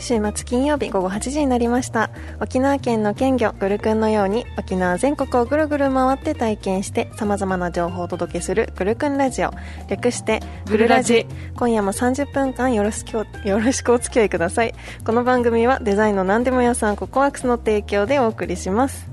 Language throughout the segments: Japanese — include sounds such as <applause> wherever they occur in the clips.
週末金曜日午後8時になりました沖縄県の県魚グルクンのように沖縄全国をぐるぐる回って体験してさまざまな情報をお届けするグルクンラジオ略してグルラジ今夜も30分間よろしくおよろしくお付き合いくださいこの番組はデザインの何でも屋さんココアクスの提供でお送りします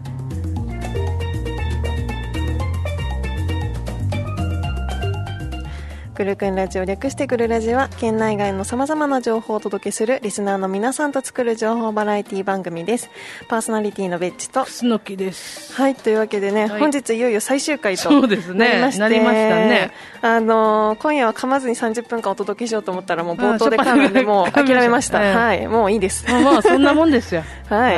グルクンラジオ略してグルラジは県内外のさまざまな情報をお届けするリスナーの皆さんと作る情報バラエティ番組ですパーソナリティのベッチと楠木ですはいというわけでね、はい本日いよいよ最終回とそうですなねりましてなりましたねあのー今夜は噛まずに30分間お届けしようと思ったらもう冒頭であー噛んでもうちょっと噛諦みましためましたええはいもういいですまあまあそんなもんです <laughs> よはい、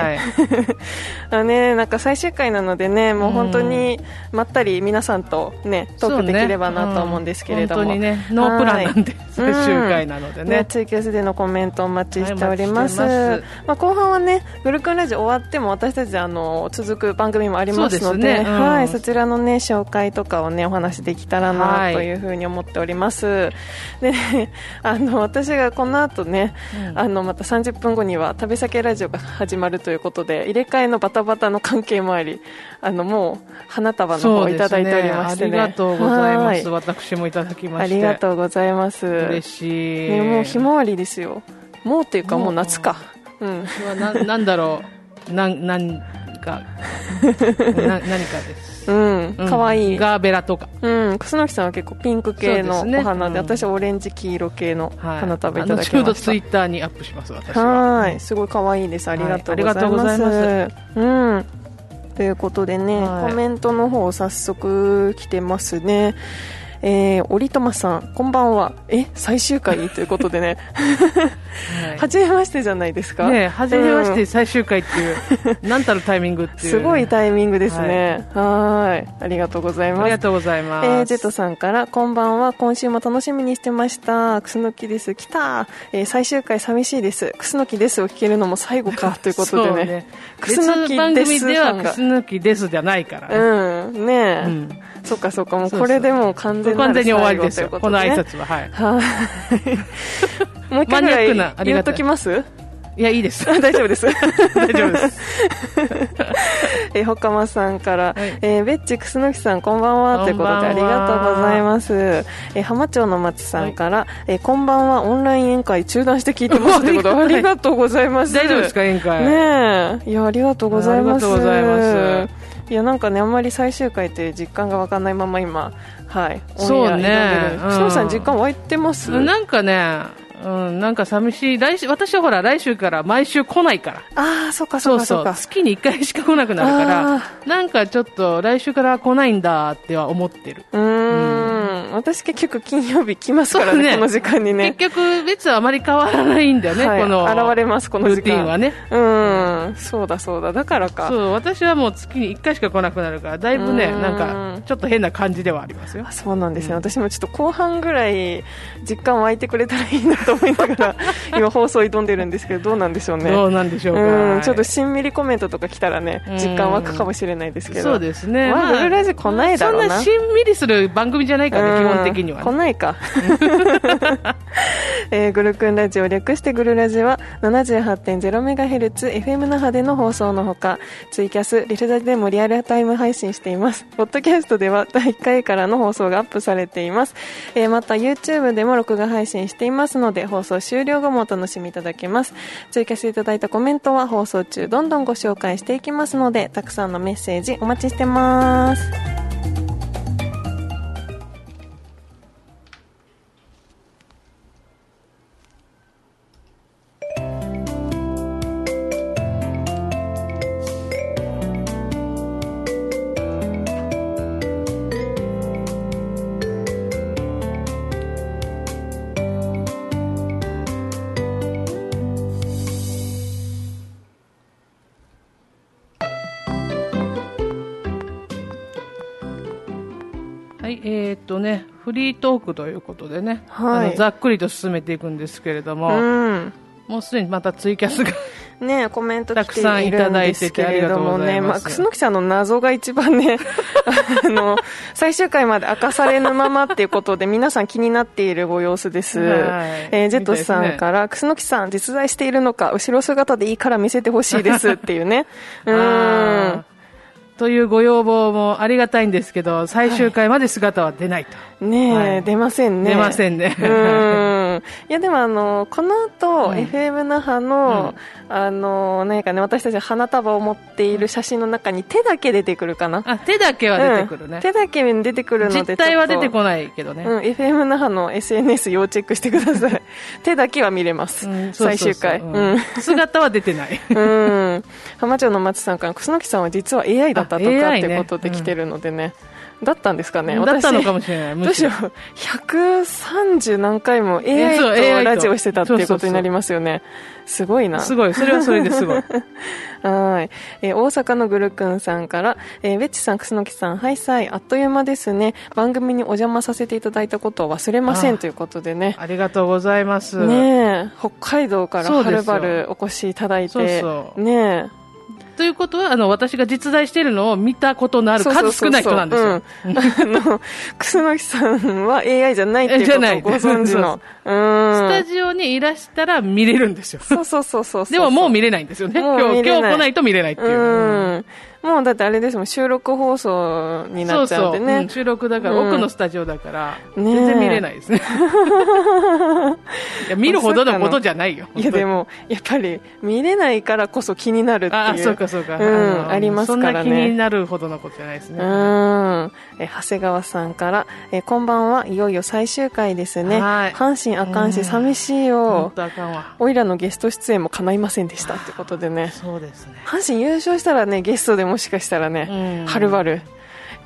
あのね、なんか最終回なのでね、もう本当にまったり皆さんとね、トークできればなと思うんですけれども。そうねうん本当にねノープランなんではい最 <laughs> 終回なのでうんねねツイキャスでのコメントお待ちしております。はいお待ちしてまあ後半はね、グルクンラジオ終わっても私たちあの続く番組もありますのそうで、ですねうんはい、そちらのね紹介とかをねお話できたらはないというふうに思っております。で <laughs> ね、あの私がこの後ね、うんあのまた30分後には旅先ラジオが始まるということで入れ替えのバタバタの関係もありあのもう花束の方そをういでたすだいておりねまあしてりねがとうございまはす私もいただきまあしてりがとうございます嬉しいね、もうひまわりですよもうっていうかもうもう夏かうんうわななんだろうなんなん <laughs> かな何かですうんうん可愛、いいガーベラとかうん楠木さんは結構ピンク系のそうですねお花でうん私はオレンジ黄色系のはい花束いただき後ほまどしツたイッターにアップします私ははい、すごい可愛いです。ありがとうございます。はいありがとうござうん。ということでね、はいコメントの方早速来てますね。えー、おりとまさん、こんばんは。え、最終 <laughs> 回ということでね、はい初めましてじゃないですか。ねえ初めましうてん最終回って <laughs> いうなんたるタイミングっていうすごいタイミングですね。はーい。ありがとうございあまりすが。とうございます、えー、ジェットさんから、こんばんは、今週も楽しみにしてました。くすのきです。来た、えー最終回寂しいです。くすのきですを聞けるのも最後 <laughs> か、ということでそうね。くす別のき番です組でさはんくがす。ぬきですじゃないからね、うん、ねえ、うんそっかそっか、もうそうこそうれでもう完全な完る全に終わりです最よ後こというとので挨ね拶ははいは <laughs> い。もう一回ぐマらニアックないあり言がうたといきます <laughs> いやいいです大丈夫です。大丈夫ですえー、ほかまさんから、はいえーベッチ、くすのきさん、こんばんは、ということで、あこんりばんはがとうございます。えー浜町の松さんから、えーこんばんは、オンライン宴会中断して聞いてますってこと、あありがたいりがとうございます。 <laughs> 大丈夫ですか宴会、ねえいやありがとうございますありがとうございますいやなんかねあんまり最終回って実感がわかんないまま今はいそうねうん久さん実感湧いてますなんかねうん、なんか寂しい来週私はほら来週から毎週来ないからああそっかそっそうかそそっうか月に1回しか来なくなるあからなんかちょっと来週から来ないんだっては思ってる、うーん私結局金曜日来ますからそうねねこの時間にね結局別はあまり変わらないんだよね、はいこの現れますこの時間ルーティンはねうんそうだそうだだからかそう私はもう月に1回しか来なくなるからだいぶねうんなんかちょっと変な感じではありますよあそうなんですね、私もちょっと後半ぐらい実感湧いてくれたらいいなと思いなが <laughs> ら今放送挑んでるんですけどどうなんでしょうねどうなんでしょうかうん、ちょっとしんみりコメントとか来たらねうん実感湧くかもしれないですけどそうですね、まあブルーラジ来ないだろうなそんなしんみりする番組じゃないからね基本的にはうん来ねないか、 <laughs> えーグルクンラジオ略してグルラジは 78.0MHzFM 那覇での放送のほかツイキャスリルダジでもリアルタイム配信していますポッドキャストでは第1回からの放送がアップされています、えーまた YouTube でも録画配信していますので放送終了後もお楽しみいただけますツイキャスいただいたコメントは放送中どんどんご紹介していきますのでたくさんのメッセージお待ちしてますはいえーっとねフリートークということでね、はいあのざっくりと進めていくんですけれども、うんもうすでにまたツイキャスがね、コメント来たてくさんいいるたんだでいすてけてありれがどとうもござね、いますまあ、楠木さんの謎が一番ね、 <laughs> あの、最終回まで明かされぬままっていうことで、皆さん気になっているご様子です。はいえージェットスさんから、楠木さん実在しているのか、後ろ姿でいいから見せてほしい <laughs> ですっていうね。うーんあ。ーというご要望もありがたいんですけど、最終回まで姿は出ないと。ねえ、はい出ませんね。出ませんねうーん。いや、でも、あの、この後、うん FM 那覇の、あの、何かね、私たちが花束を持っている写真の中に手だけ出てくるかな。 <laughs> あ、手だけは出てくるうんね。手だけ出てくるので実態は出てない。こないけどね。うん、FM 那覇の SNS 要チェックしてください。 <laughs> 手だけは見れます。うんそう最そ終うそう回。ううんん。姿は出てない。うん、浜町の松さんから楠木さんは実は AI だったとかっあ AI ねてことで来てるのでね、だったんですかね、だったのかもししれない。どうしよう、む130何回もえそう AI と AI とラジオしてたっていうそこうそうとそうになりますよね、すごいな。すごい。それはそれです <laughs> ごい。はい、えー大阪のぐるくんさんから、えー、ベッチさん、楠木さん、はいさい、あっという間ですね、番組にお邪魔させていただいたことを忘れませあんあということでね。ありがとうございます。ねえ北海道からそうはでるすよばるお越しいただいてそうそうねえということは、あの、私が実在しているのを見たことのあるそうそう数そう少ない人なんですよ。そううんあの、楠木さんは AI じゃないっていうことをご存知じゃ <laughs> ないの。うんスタジオにいらしたら見れるんですよ。そうそうそうそうそう。でももう見れないんですよね。もう今見れ日、ない今日来ないと見れないっていうう。ん。もうだってあれですもん、収録放送になそっうちゃうんそでう、ね。うん収録だから、うん奥のスタジオだから、ねえ全然見れな <laughs> いですね。いや見るほどのことじゃないよ。いやでも、やっぱり見れないからこそ気になるっていう。ああ、そうかそうか。うんのありますからねそんな気になるほどのことじゃないですね。うはんえ長谷川さんからえ、こんばんはいよいよ最終回ですね。はい阪神あかんうし、ん寂しいいよ本。当あかんわ。おいらのゲスト出演も叶いませんでしたってことでね。そうですね。阪神優勝したらねゲストでもしかしたらうねんはるばる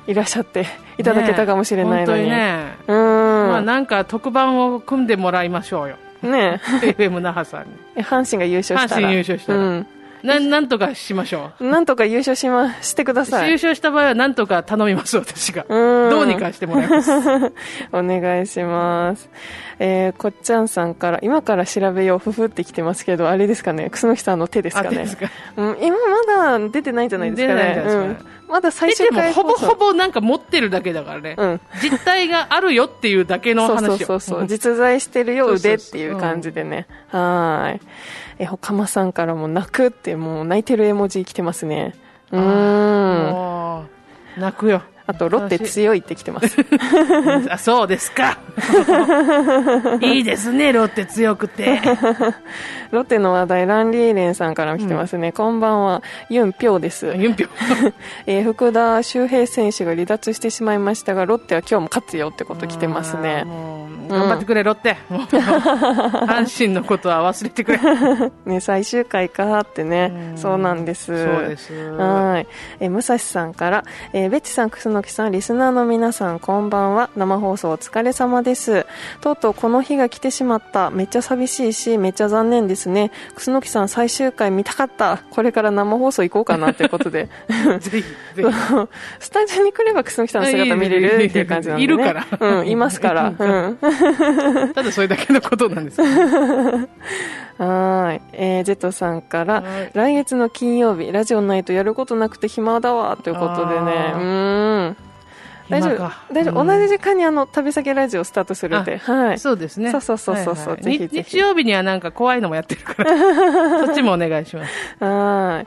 いらっしゃっていただけたかもしれないのに,、ねえ本当にね。うまあんなんか特番を組んでもらいましょう <laughs> よ。ね FM 那覇さんに。え阪神が優勝したら阪神優勝したらうん、なん、なんとかしましょう。なんとか優勝しましてくださ優い勝した場合はなんとか頼みます、私が。うんどうにかしてもらい <laughs> ます。お願いします、えーこっちゃんさんから今から調べようふふってきてますけどあれですかね楠木さんの手ですかあ手ねですかうん、今まだ出てないんじゃないですか出てないんじねゃないですかうん、まだ最終でも回ほぼ放送ほぼなんか持ってるだけだからね、うん実態があるよっていうだけのそ話うよそうそうそううん実在してるよそうそ腕うっそていうう感じでねはーいえほかまさんからも泣くってもう泣いてる絵文字来てますねうーんあもう泣くよとロッテ強いって来てます <laughs> あそうです <laughs> かいいですねロッテ強くてロッテの話題ランリーレンさんからも来てますね、こんばんはユンピョウですユンピョンえー福田周平選手が離脱してしまいましたがロッテは今日も勝つよってこと来てますあーねもう頑張ってくれ、ロッテもう阪神のことは忘れてくれそね最終回かってねうんそうなんですうですはい。えー、武蔵さんから、えー、ベッチさん、楠木さん、リスナーの皆さん、こんばんは。生放送お疲れ様です。とうとうこの日が来てしまった。めっちゃ寂しいし、めっちゃ残念ですね。楠木さん、最終回見たかった。これから生放送行こうかなということ <laughs> で。ぜひぜひスタジオに来れば楠木さんの姿見れるっていう感じなんで、ね。いるからうん、います <laughs> から。うん。ただそれだけのことなんですけどはい。えー、ジェットさんからはい、来月の金曜日、ラジオないとやることなくて暇だわ、ということでね。うあーーん。大丈暇夫か、大丈夫。うん同じ時間にあの、旅先ラジオスタートするんで。はい。そうですね。そうそうそうそうそうはいはいぜひぜひ日日曜日にはなんか怖いのもやってるから、 <laughs> そっちもお願いします。はい。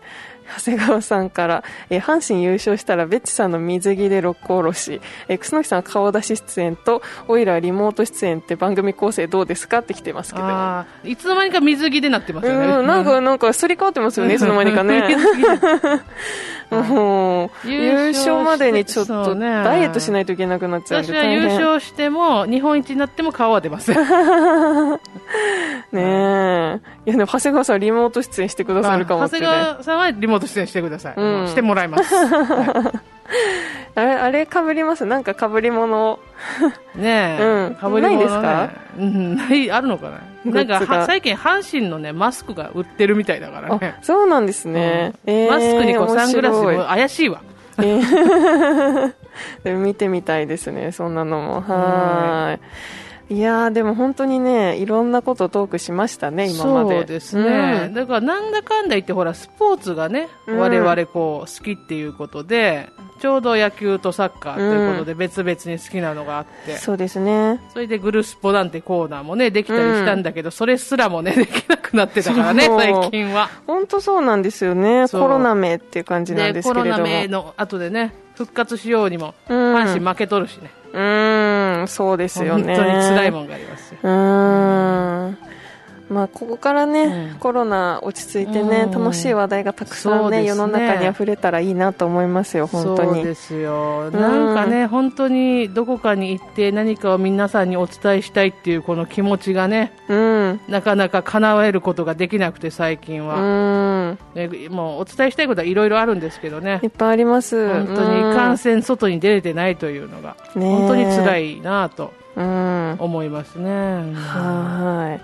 長谷川さんから、えー阪神優勝したら、ベッチさんの水着で六甲おろし、えー、楠木さん顔出し出演と、オイラリモート出演って番組構成どうですかって来てますけど。うん、ああ、いつの間にか水着でなってますよね。なんか、なんか、すり替わってますよね、いつの間にか <laughs> ね。もう、優優勝して勝までにちょっと、そうねダイエットしないといけなくなっちゃうん私で、は大優変。勝しても、日本一になっても顔は出ませ <laughs> ん。あねえ。いや、でも、長谷川さんリモート出演してくださるかも長って谷ね。川さんはリモート出演してください。うんもうしてもらい <laughs> ます。はあれ、あれ被りますなんか被り物を。いねえ。うんかぶりない物ですかねうん、ない、あるのかグなッなんズがか、は最近、阪神のね、マスクが売ってるみたいだからねあ。、そうなんですね。えーマスクにこうサングラス、も面う白い怪しいわ。え <laughs> ーでも見てみたいですね、そんなのも。はーい。いやーでも本当にねいろんなことトークしましたね今までそうですね、だからなんだかんだ言ってほらスポーツがね、うん我々こう好きっていうことでちょうど野球とサッカーということで別々に好きなのがあって、うんそうですねそれでグルスポなんてコーナーもねできたりしたんだけど、それすらもねできなくなってたからねそう最近は本当そうなんですよねそうコロナ名っていう感じなんですコけれロどもナ名の後でね復活しようにもうん阪神負けとるしね、うーんそうですよ本当ねに辛いもんがありますようーんまあここからね、うんコロナ落ち着いてね、うん楽しい話題がたくさそんうねですね世の中に溢れたらいいなと思いますよ本当そうにですよなんかね、本当にどこかに行って何かを皆さんにお伝えしたいっていうこの気持ちがねうんなかなか叶えることができなくて最近は、うんねもうお伝えしたいことはいろいろあるんですけどねいっぱいあります本当に感染外に出れてないというのがうんねえ本当に辛いなとうん思いますね、はーい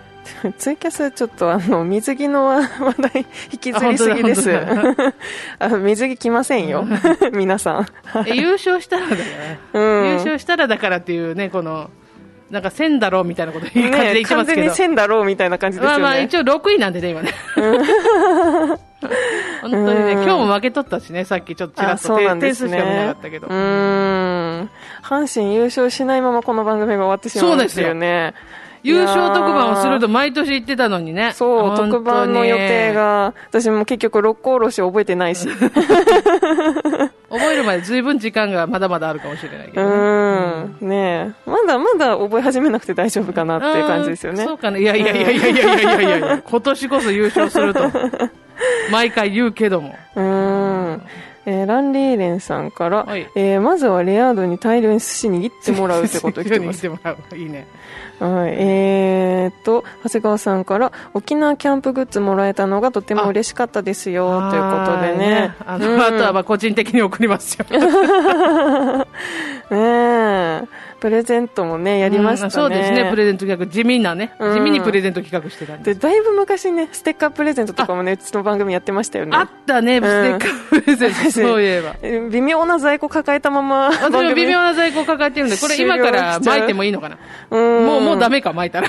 ツイキャスちょっとあの水着の話題引きずりすぎですあ本 <laughs> あ水着着ません <laughs> よ皆さん、え優勝したらだからうん、優勝したらだからっていうね、この、なんか線だろうみたいなこといい感じでね言ってま完全すけにど。線だろうみたいな感じですまよあね、まあ、一応6位なんでね、今ね。本当にね、うん今日も負けとったしね、さっきちょっとちらあっとそう手なんで点す数しね。か見なかったけどう。ーん。阪神優勝しないままこの番組が終わってしまうんですよね。優勝特番をすると毎年言ってたのにね。そう、本当に特番の予定。が、私も結局六甲おろし覚えてないし。う覚えるまで随分時間がまだまだあるかもしれないけどね。ーん。ねえ。まだまだ覚え始めなくて大丈夫かなっていう感じですようねんそ。うかね。いやいやいやいやいやいやいやいや今年こそ優勝す <laughs> ると。毎回言うけども。うーん。えーランリーレンさんから、はいえーまずはレアードに大量に寿司握ってもらうってことを来て <laughs> ますす。もらう。いいね。はい、えー、っと長谷川さんから沖縄キャンプグッズもらえたのがとても嬉しかったですよということでねあの、あとはまあ個人的に送りますよ。 <laughs> ねえプレゼントもねやりましたね、うんそうですね、プレゼント企画、地味なね、うん地味にプレゼント企画してたんでで。すだいぶ昔ねステッカープレゼントとかもねうちの番組やってましたよねあったね、スんテッカープレゼント、 <laughs> そういえば。え微妙な在庫抱えたまま私も微妙な在庫抱えてるんで、これ今から巻いてもいいのかな。ももう、もうダメメか、巻い <laughs> たら。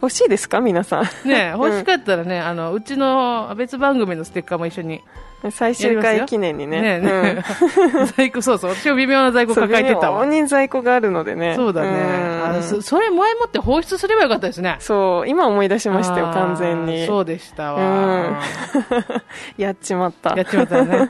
欲しいですか皆さんね欲しかったらね、あの、うちの別番組のステッカーも一緒に最やり終ますよ。回記念にねねね <laughs> 在庫、そうそう、私も微妙な在う庫ん、そう抱えてたわ微。妙に在庫があるのでねそうだね。んあのそそれ前もって放出すればよかったですね。そう、今思い出しましたよ、あー完全に。そうでしたわ。 <laughs> やっちまった。やっちまったよ <laughs> ね。はい。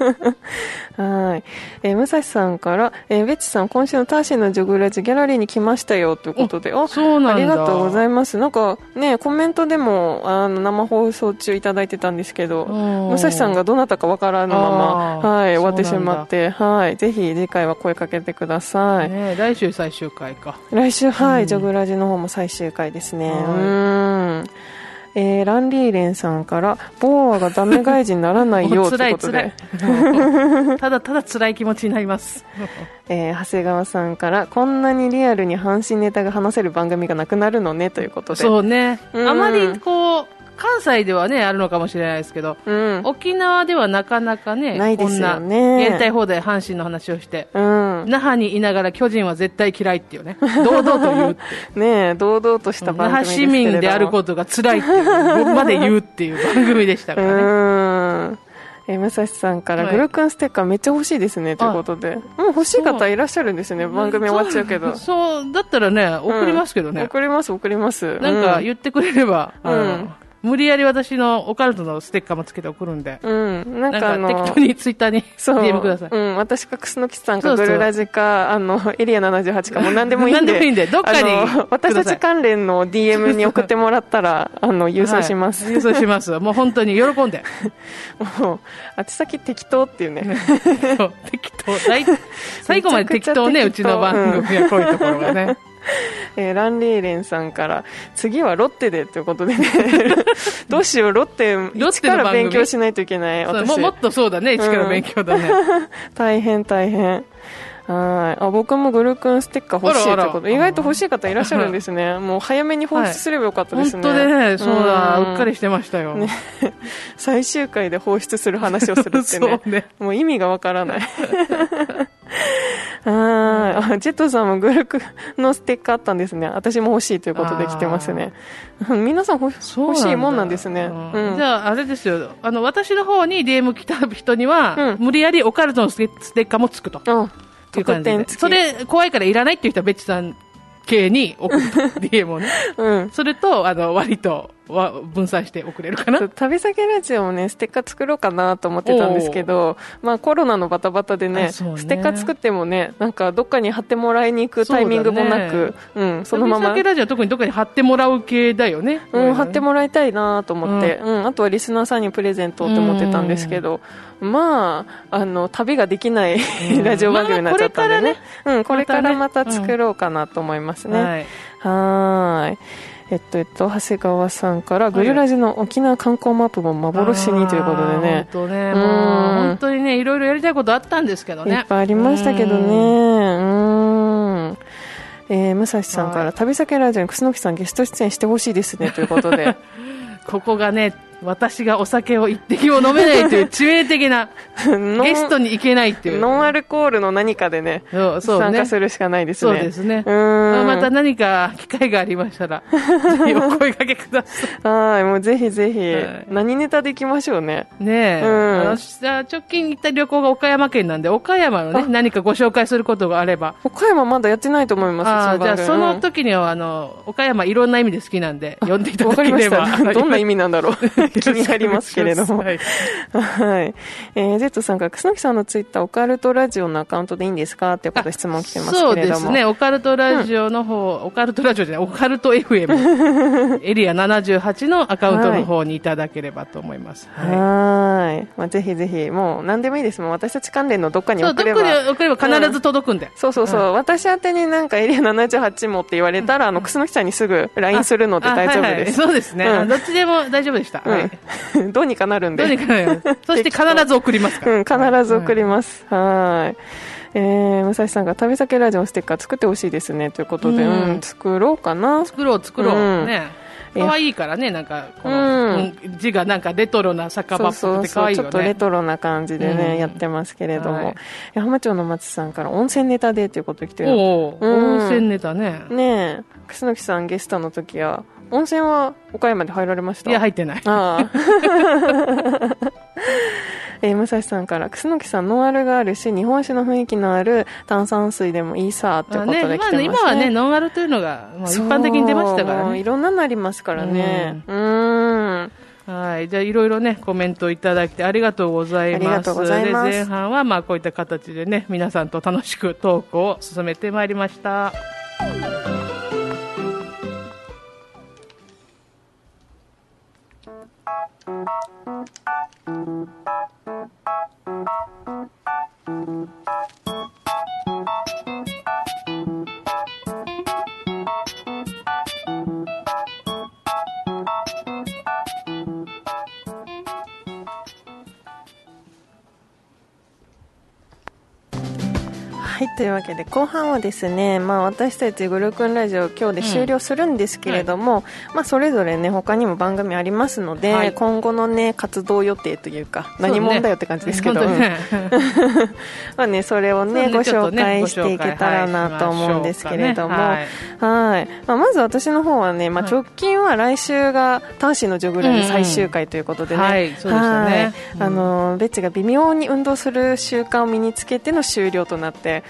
えー、武蔵さんから、えー、ベッチさん、今週のターシンのジョグラジギャラリーに来ましたよ、ということで。あそうなんだ。ありがとうございいます。なんかね、コメントでも、あの、生放送中いただいてたんですけど、武蔵さんがどなたかわからぬまま、あーはい、終わってしそうなんだまって、はい。ぜひ次回は声かけてください。ねえ、来週最終回か。来週、はい、うんジョグラジの方も最終回ですね。うはいーん。えー、ランリーレンさんから、ボーアがダメ外人にならないよもとう辛 <laughs> いうこいと辛でい、。ただただ辛い <laughs> 気持ちにな <laughs> ります。えー長谷川さんから、こんなにリアルに阪神ネタが話せる番組がなくなるのねということで。う。そうね。うんあまりこう、関西ではね、あるのかもしれないですけど、うん。沖縄ではなかなかね、ないですよねこんな、やりたい放題阪神の話をして、うん、那覇にいながら巨人は絶対嫌いっていうね、堂々と言うっていう。ねえ堂々とした那番組覇ですけ市れども民であることが辛いっていうのまで言うっていう番組でしたうからね。ーんえー武蔵さんから、はいグルクンステッカーめっちゃ欲しいですねということでもう欲しい方いらっしゃるんですよね番組終わっちゃうけどそうそうだったらね送りますけどね、送ります送りますなんか言ってくれれば、うんあのうん無理やり私のオカルトのステッカーもつけて送るんでうん、ななんんかあかの、適当にツイッターにそう、 DM くださいうん、私か楠木さんそかうそグうルラジか、あの、エリア78かもう何でもいいんで。 <laughs> 何でもいいんでどっかにあの私たくださちい関連の DM に送ってもらったら、あの、郵送します。はい郵送しますもう本当に喜んでもう、あち先適当っていうね。そう適当 <laughs> 大最後まで適当ねめうちちゃくちゃ適当の番組はこういうところがね、えーランリーレンさんから、次はロッテでということ <laughs> でね。どうしよう、ロッテ、の一から番組勉強しないといけない。そ <laughs> う私ももっとそうだね一から勉強だね、 <laughs> 大変大変はいあ僕もグルクンステッカー欲しいあらあらってこと意外と欲しい方いらっしゃるんですねもう早めに放出すればよかったですね、本当でねそうだんうっかりしてましたよ、ね最終回で放出する話をするってそねうね <laughs> もう意味がわからないはい、はいあジェットさんもグルクのステッカーあったんですね私も欲しいということで来てますね皆さんほそう欲しいもんなんですね、うんうんじゃあ、あれですよ。あの、私の方に DM 来た人には、うん無理やりオカルトのステステッカーもつくと。うんいう感特じで典付きそれ、怖いからいらないっていう人は、ベッチさん系に送ると。DM <laughs> をね。うんそれと、あの、割と、わ分散して送れるかな。そう旅先ラジオもねステッカー作ろうかなと思ってたんですけど、まあ、コロナのバタバタでねあそうねステッカー作ってもねなんかどっかに貼ってもらいに行くタイミングもなくう、ん、そのまま旅先、ラジオは特にどっかに貼ってもらう系だよね。うん、貼ってらもらいたいなと思って、うんあとはリスナーさんにプレゼントって思ってたんですけど、まああの旅ができないう <laughs> んラジオ番組になっちゃったんでね,、うん、これからままたねた作ろうかなと思いますね。はい。はーい。えっと、えっと、長谷川さんから、グルラジの沖縄観光マップも幻にということでねあー本、当ね、うんもう、本当にね、いろいろやりたいことあったんですけどいね。っぱいありましたけどね。ううん。ーん。えー、武蔵さんから、は旅先ラジオに楠木さんゲスト出演してほしいですね、ということ <laughs> で。ここがね、私がお酒を一滴も飲めないという致命 <laughs> 的な、ノンゲストに行けないっていう。ノンアルコールの何かでね、そうそうね参加するしかないですそね。うですね。うーん。また何か機会がありまし <laughs> たら、ぜひお声掛けくださはい、もうぜひぜひ、はい何ネタできましょうね。い。ねえ。うんあのしあ直近行った旅行が岡山県なんで、岡山のね、何かご紹介することがあれば。岡山まだやってないと思います、ああ、じゃ番あ組そうんの時には、あの、岡山いろんな意味で好きなんで、呼んでいたわだかりけまれしば。た。 <laughs> どんな意味味なんだろう。 <laughs> 気になりますけれども。はいはい。えー、Z さんから、楠木さんのツイッター、オカルトラジオのアカウントでいいんですかっていうこと質問来てますそうけれでども。すね、。オカルトラジオの方、オカルトラジオじゃない、オカルト FM、<laughs> エリア78のアカウントの方にいただければと思います。ははいーい。まあ、ぜひぜひ、もう何でもいいですもん。私たち関連のどっかにそう、送どこれにば。送れば必ず届くんで。そうそうそう、私宛てになんかエリア78もって言われたら、あの、楠木さんにすぐ LINE するのであ大丈夫です。はいはいそうですね、うんあどっちでも大丈夫でした。はうん。い。<laughs> どうにかなるんで。どうにかなるそして必ず送りますから。うん、必ず送りまます。はーい。えー、武蔵さんが旅先ラジオのステッカー作ってほしいですね。ということで、ううんん、作ろうかな。作ろう、作ろう。うんね。いや可愛いからね、なんか、この、ううん字がなんかレトロな酒場っぽくて可愛いちよょね。っとレトロな感じでね、うんやってますけれども、はいえ浜町の松さんから温泉ネタでということで来てるおお、うん温泉ネタね。ねえ楠木さんゲストの時は温泉は岡山で入られましたいや、入ってない。ああ <laughs> えー武蔵さんから楠木さんノンアルがあるし日本酒の雰囲気のある炭酸水でもいいさというあことで来ねてままあすねね、今はね、ノンアルというのが、まあ、一般的に出ましたかそうらもういね。ろんなのありますからねうーんはい。じゃあ、いろいろね、コメントいただいてありがとうございます。ありがとうございますで、前半は、まあ、こういった形でね、皆さんと楽しくトークを進めてまいりました。はいというわけで後半はですね、まあ、私たちグルクンラジオ今日で終了するんですけれども、まあ、それぞれね他にも番組ありますので、はい今後のね活動予定というかそうね何者だよって感じですけど、本当にねうんまあね、それをねそご <laughs> うねちょ紹っとね介していけたらなと思うんですけれども、はいはい、まあ、まず私の方はね、まあ、はい直近は来週が「ターシーのジョグラ」で最終回ということでね、はい、そうでしたはね。いあのベッチが微妙に運動する習慣を身につけての終了となって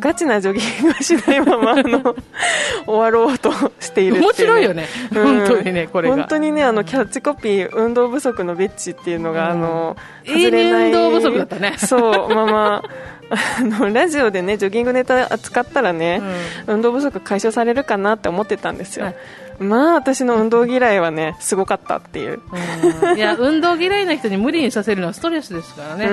ガチなジョギングはしないままあの <laughs> 終わろうとしているってうね面白いよね、うん本当にね、これが。本当にねあのキャッチコピー運動不足のベッチっていうのが、うんあの永遠に運動不足だったねそうまあまああのラジオでねジョギングネタ扱ったらね、運動不足解消されるかなって思ってたんですよ、はいまあ私の運動嫌いはねすごかったっていううんうんいや、運動嫌いな人に無理にさせるのはストレスですからね。うんう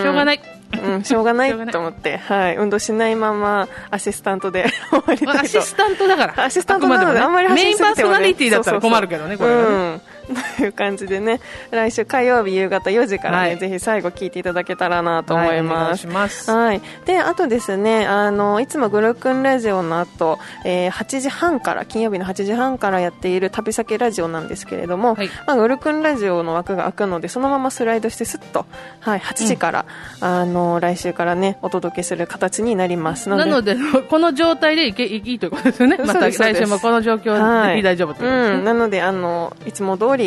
んしょうがない。うん、しょうがなしょうがいないと思って、はい、運動しないままアシスタントで終わりまあたアいとシスタントだから。アシスタントなのでくあんまりメイ走りすンパぎてーソも、ね、ナリティだったら困るけどね、これはね。うん <laughs> という感じでね来週火曜日夕方4時からね、はいぜひ最後聞いていただけたらなと思います。はいお願いしますはい、であとですねあのいつもグルクンラジオの後、えー8時半から金曜日の8時半からやっている旅先ラジオなんですけれども、はいまあ、グルクンラジオの枠が開くのでそのままスライドしてすっと、はい、8時から、あの来週からねお届けする形になりますのでなので、この状態でいけいいいということですよね。まそうたですそう来です週もこの状況はいで大丈夫ということですうん、ね。なのであのいつも通り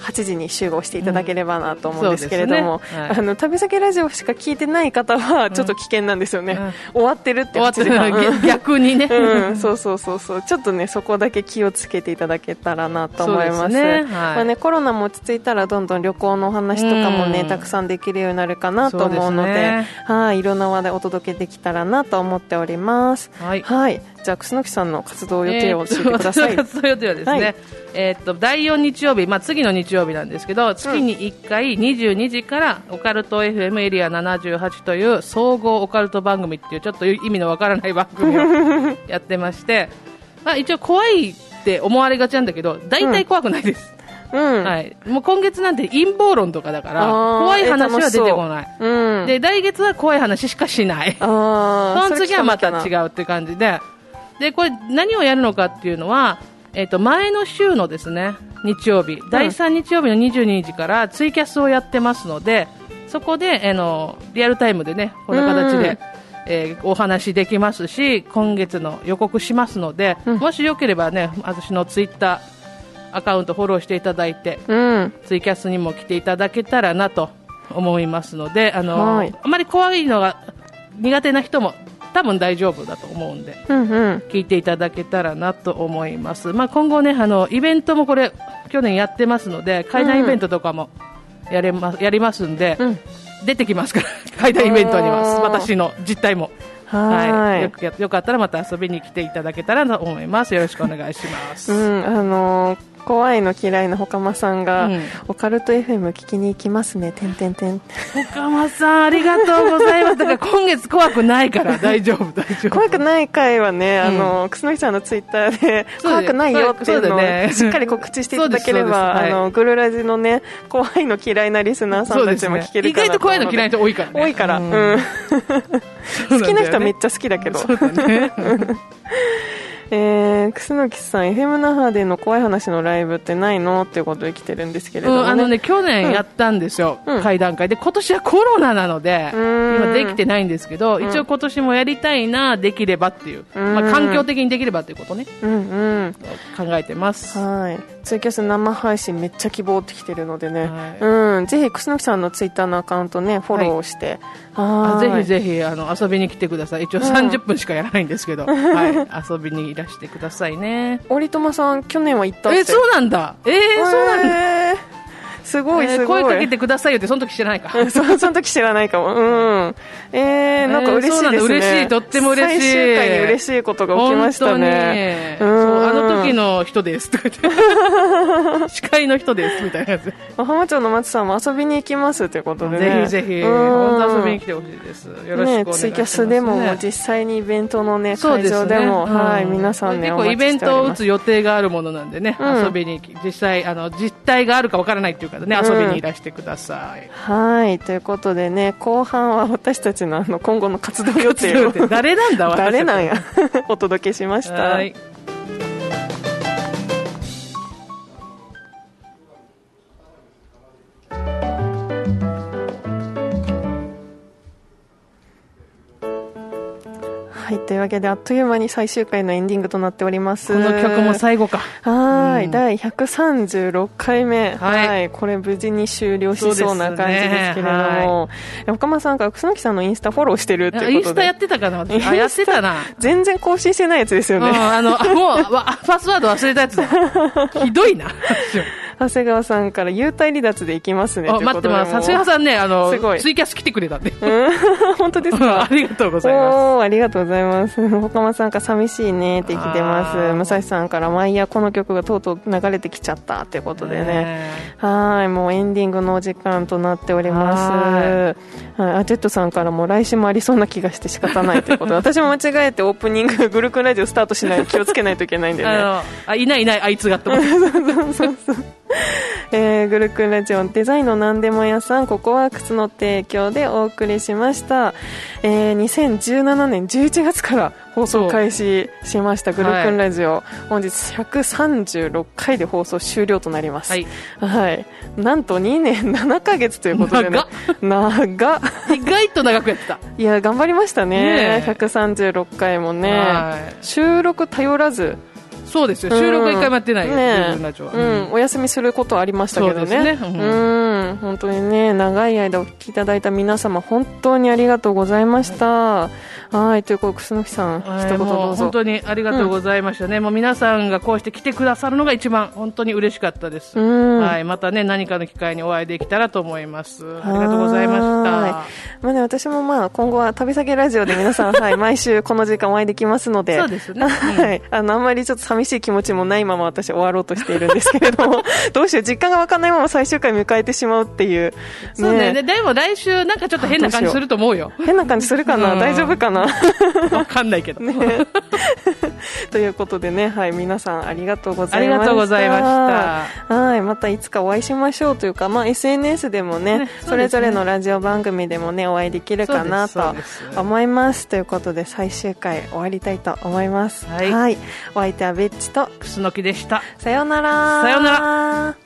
8時に集合していただければなと思うんですけれども、うんそうですねはいあの旅先ラジオしか聞いてない方はちょっと危険なんですよね、うん終わってるって終わっ8て時る半のに <laughs> 逆にね。うんうんそうそうそうそうちょっとねそこだけ気をつけていただけたらなと思いますそうですねはいまあね、コロナも落ち着いたらどんどん旅行のお話とかもね、うんたくさんできるようになるかなと思うのでそうですねはいいろんな話題お届けできたらなと思っておりますはいじゃあ楠木さんの活動予定を教えてください、えーと <laughs> 私の活動予定はですね、はいえーっと第4日曜日、まあ、次の日曜日なんですけど月に1回22時からオカルト FM エリア78という総合オカルト番組っていうちょっと意味のわからない番組 <laughs> をやってまして、まあ、一応怖いって思われがちなんだけど大体怖くないです、うんはい、もう今月なんて陰謀論とかだからあー怖い話は出てこない、うん、で来月は怖い話しかしないあそーの次はまた違う。うっていう感じで、で、これ何をやるのかっていうのは、えっ、と、前の週のですね、日曜日、第3日曜日の22時からツイキャスをやってますので、そこで、あの、リアルタイムでね、こんな形うんで、えーお話できますし、今月の予告しますので、うんもしよければね、私のツイッターアカウントフォローしていただいて、うん、ツイキャスにも来ていただけたらなと思いますので、あの、はいあまり怖いのが苦手な人も多分大丈夫だと思うんで、うん、うん。聞いていただけたらなと思います。まあ今後ね、あの、イベントもこれ、去年やってますので、階段イベントとかもやれま、やりますんで、うん出てきますから、 <laughs> 階段イベントには、おー私の実態も。はーいよくやよかったらまた遊びに来ていただけたらと思います。よろしくお願いします。うん、あのー怖いの嫌いなほかまさんが、うんオカルト FM 聞きに行きますね、てんてん <laughs> てん。岡間さん、ありがとうございます。だから今月怖くないから大丈夫、大丈夫。怖くない回はね、あうんの、楠木さんのツイッターで、そうだ怖ねくないよっていうのそうだをねしっかり告知していただければ、そうですそうですはいあの、グルラジのね、怖いの嫌いなリスナーさんたちも聞ける意かな外と怖いの嫌いな人多いからね。多いから、うんうん。 <laughs> 好きな人はめっちちゃ好きだけど。そうだね。えー、楠木さん、FM 那覇での怖い話のライブってないのっていうことで来てるんですけれうども、ん、あのね、去年やったんですよ、うん会談会で。今年はコロナなので、うん今できてないんですけど、ん一応今年もやりたいな、できればっていう。うんまあ、環境的にできればということね、うんうん、考えてます。はいツイキャス生配信めっちゃ希望ってきてるのでね、はいうん、ぜひ楠木さんのツイッターのアカウントねフォローして、あはぜいひぜひあの遊びに来てください。一応30分しかやらないんですけ <laughs> ど、はい、遊びにいらしてくださいね。織友さん去年は行ったってえ、そうなんだ。えーえそうなんだ。だすごいえーすごい、声かけてくださいよってその時知らないか <laughs> そその時知らないかも、うん、えー、なんか嬉しいですね、えーそうなんだ嬉しいとっても嬉しい最終回に嬉しいことが起きま本し当たに、ねそううんあの時の人ですとか言 <laughs> って司会の人ですみたいなやつ、浜町の松さんも遊びに行きますということでぜねひぜひうん本当遊びに来てほしいですよろしくお願いします、ね、ツイキャスでも、実際にイベントの、ね、そう会です場ねでも、うんはい、皆さんね、結お構待イベちしンておトりを打ますつ予定があるものなんでね、うん遊びに実際あの実態があるかわからないっていうかねうん遊びにいらしてください、はい、ということでね、後半は私たちのあの今後の活動予定を、 <laughs> 誰なんだ私たち <laughs> 誰なんや、お届けしました。はいはい、というわけで、あっという間に最終回のエンディングとなっております。この曲も最後かはーい、うん第136回目、ははいいこれ無事に終了しそうな感じですけれどそうですねも、岡間さんから楠木さんのインスタフォローしてるってあいイうンことスタでやってたか <laughs> な私あやってたな全然更新してないやつですようん、ね、あの、あもうわ、パスワード忘れたや <laughs> つだ。ひどいな。長谷川さんから優待離脱でいきますねあ待ってます。長谷川ささんね、あのすごい、ツイキャス来てくれたんで。ん本当です <laughs> あかりがとうごおざいまーありがとうございます。岡間さんから寂しいねって来てますあ。ー武蔵さんから毎夜この曲がとうとう流れてきちゃったってこす。とでね。はーい、もうエンディングのお時間となっておりまはす。はい、アジェットさんからも来週もありそうな気がして仕方ないという <laughs> ことで、私も間違えてオープニング、グ <laughs> ルクンラジオスタートしない気をつけないといけないんだよね。 <laughs> あの、あ、いないいない、あいつがって思って。そうそうそうえー、グルクンラジオデザインの何でも屋さんここは靴の提供でお送りしました、えー、2017年11月から放送開始しましたグルクンラジオ、本日136回で放送終了となります、はい。はい、なんと2年7ヶ <laughs> 月ということでね長っ長っ意外と長くやってた。いや頑張りましたねねえ136回もねは収録頼らずい。そうですよ。収録は一回もやってないよ。ねえ自分たちは。うん、お休みすることはありましたけどそうねですねうんうん本当にね長い間お聞きいただいた皆様本当にありがとうございましたはいということで楠木さんはい一言もどうう本ぞ当にありがとうございましたね、もう皆さんがこうして来てくださるのが一番本当に嬉しかったです、うんはい、またね何かの機会にお会いできたらと思いますありがとうございまはしまあね、私もまあ今後は旅先ラジオで皆さん、はい、毎週この時間お会いできますの <laughs> で、そうですねうんはい、あのあんまりちょっと寂しい気持ちもないまま私終わろうとしているんですけれど <laughs> も、どうしよう、実感が湧かないまま最終回迎えてしまうっていう、たそうねででも来週なんかちょっと変な感じすると思う <laughs> よ変な感じするかな、うん大丈夫かなわかんないけど、ということでね、はい、皆さんありがとうござあいりました。がとうございましたはい、またいつかお会いしましょうというか、まあ、SNS でもねねそれぞれのラジオ番組でもねお会いできるかなとそうですそうです思いますということで最終回終わりたいと思いますはいお相手はベッチと楠木でしたさようならさようなら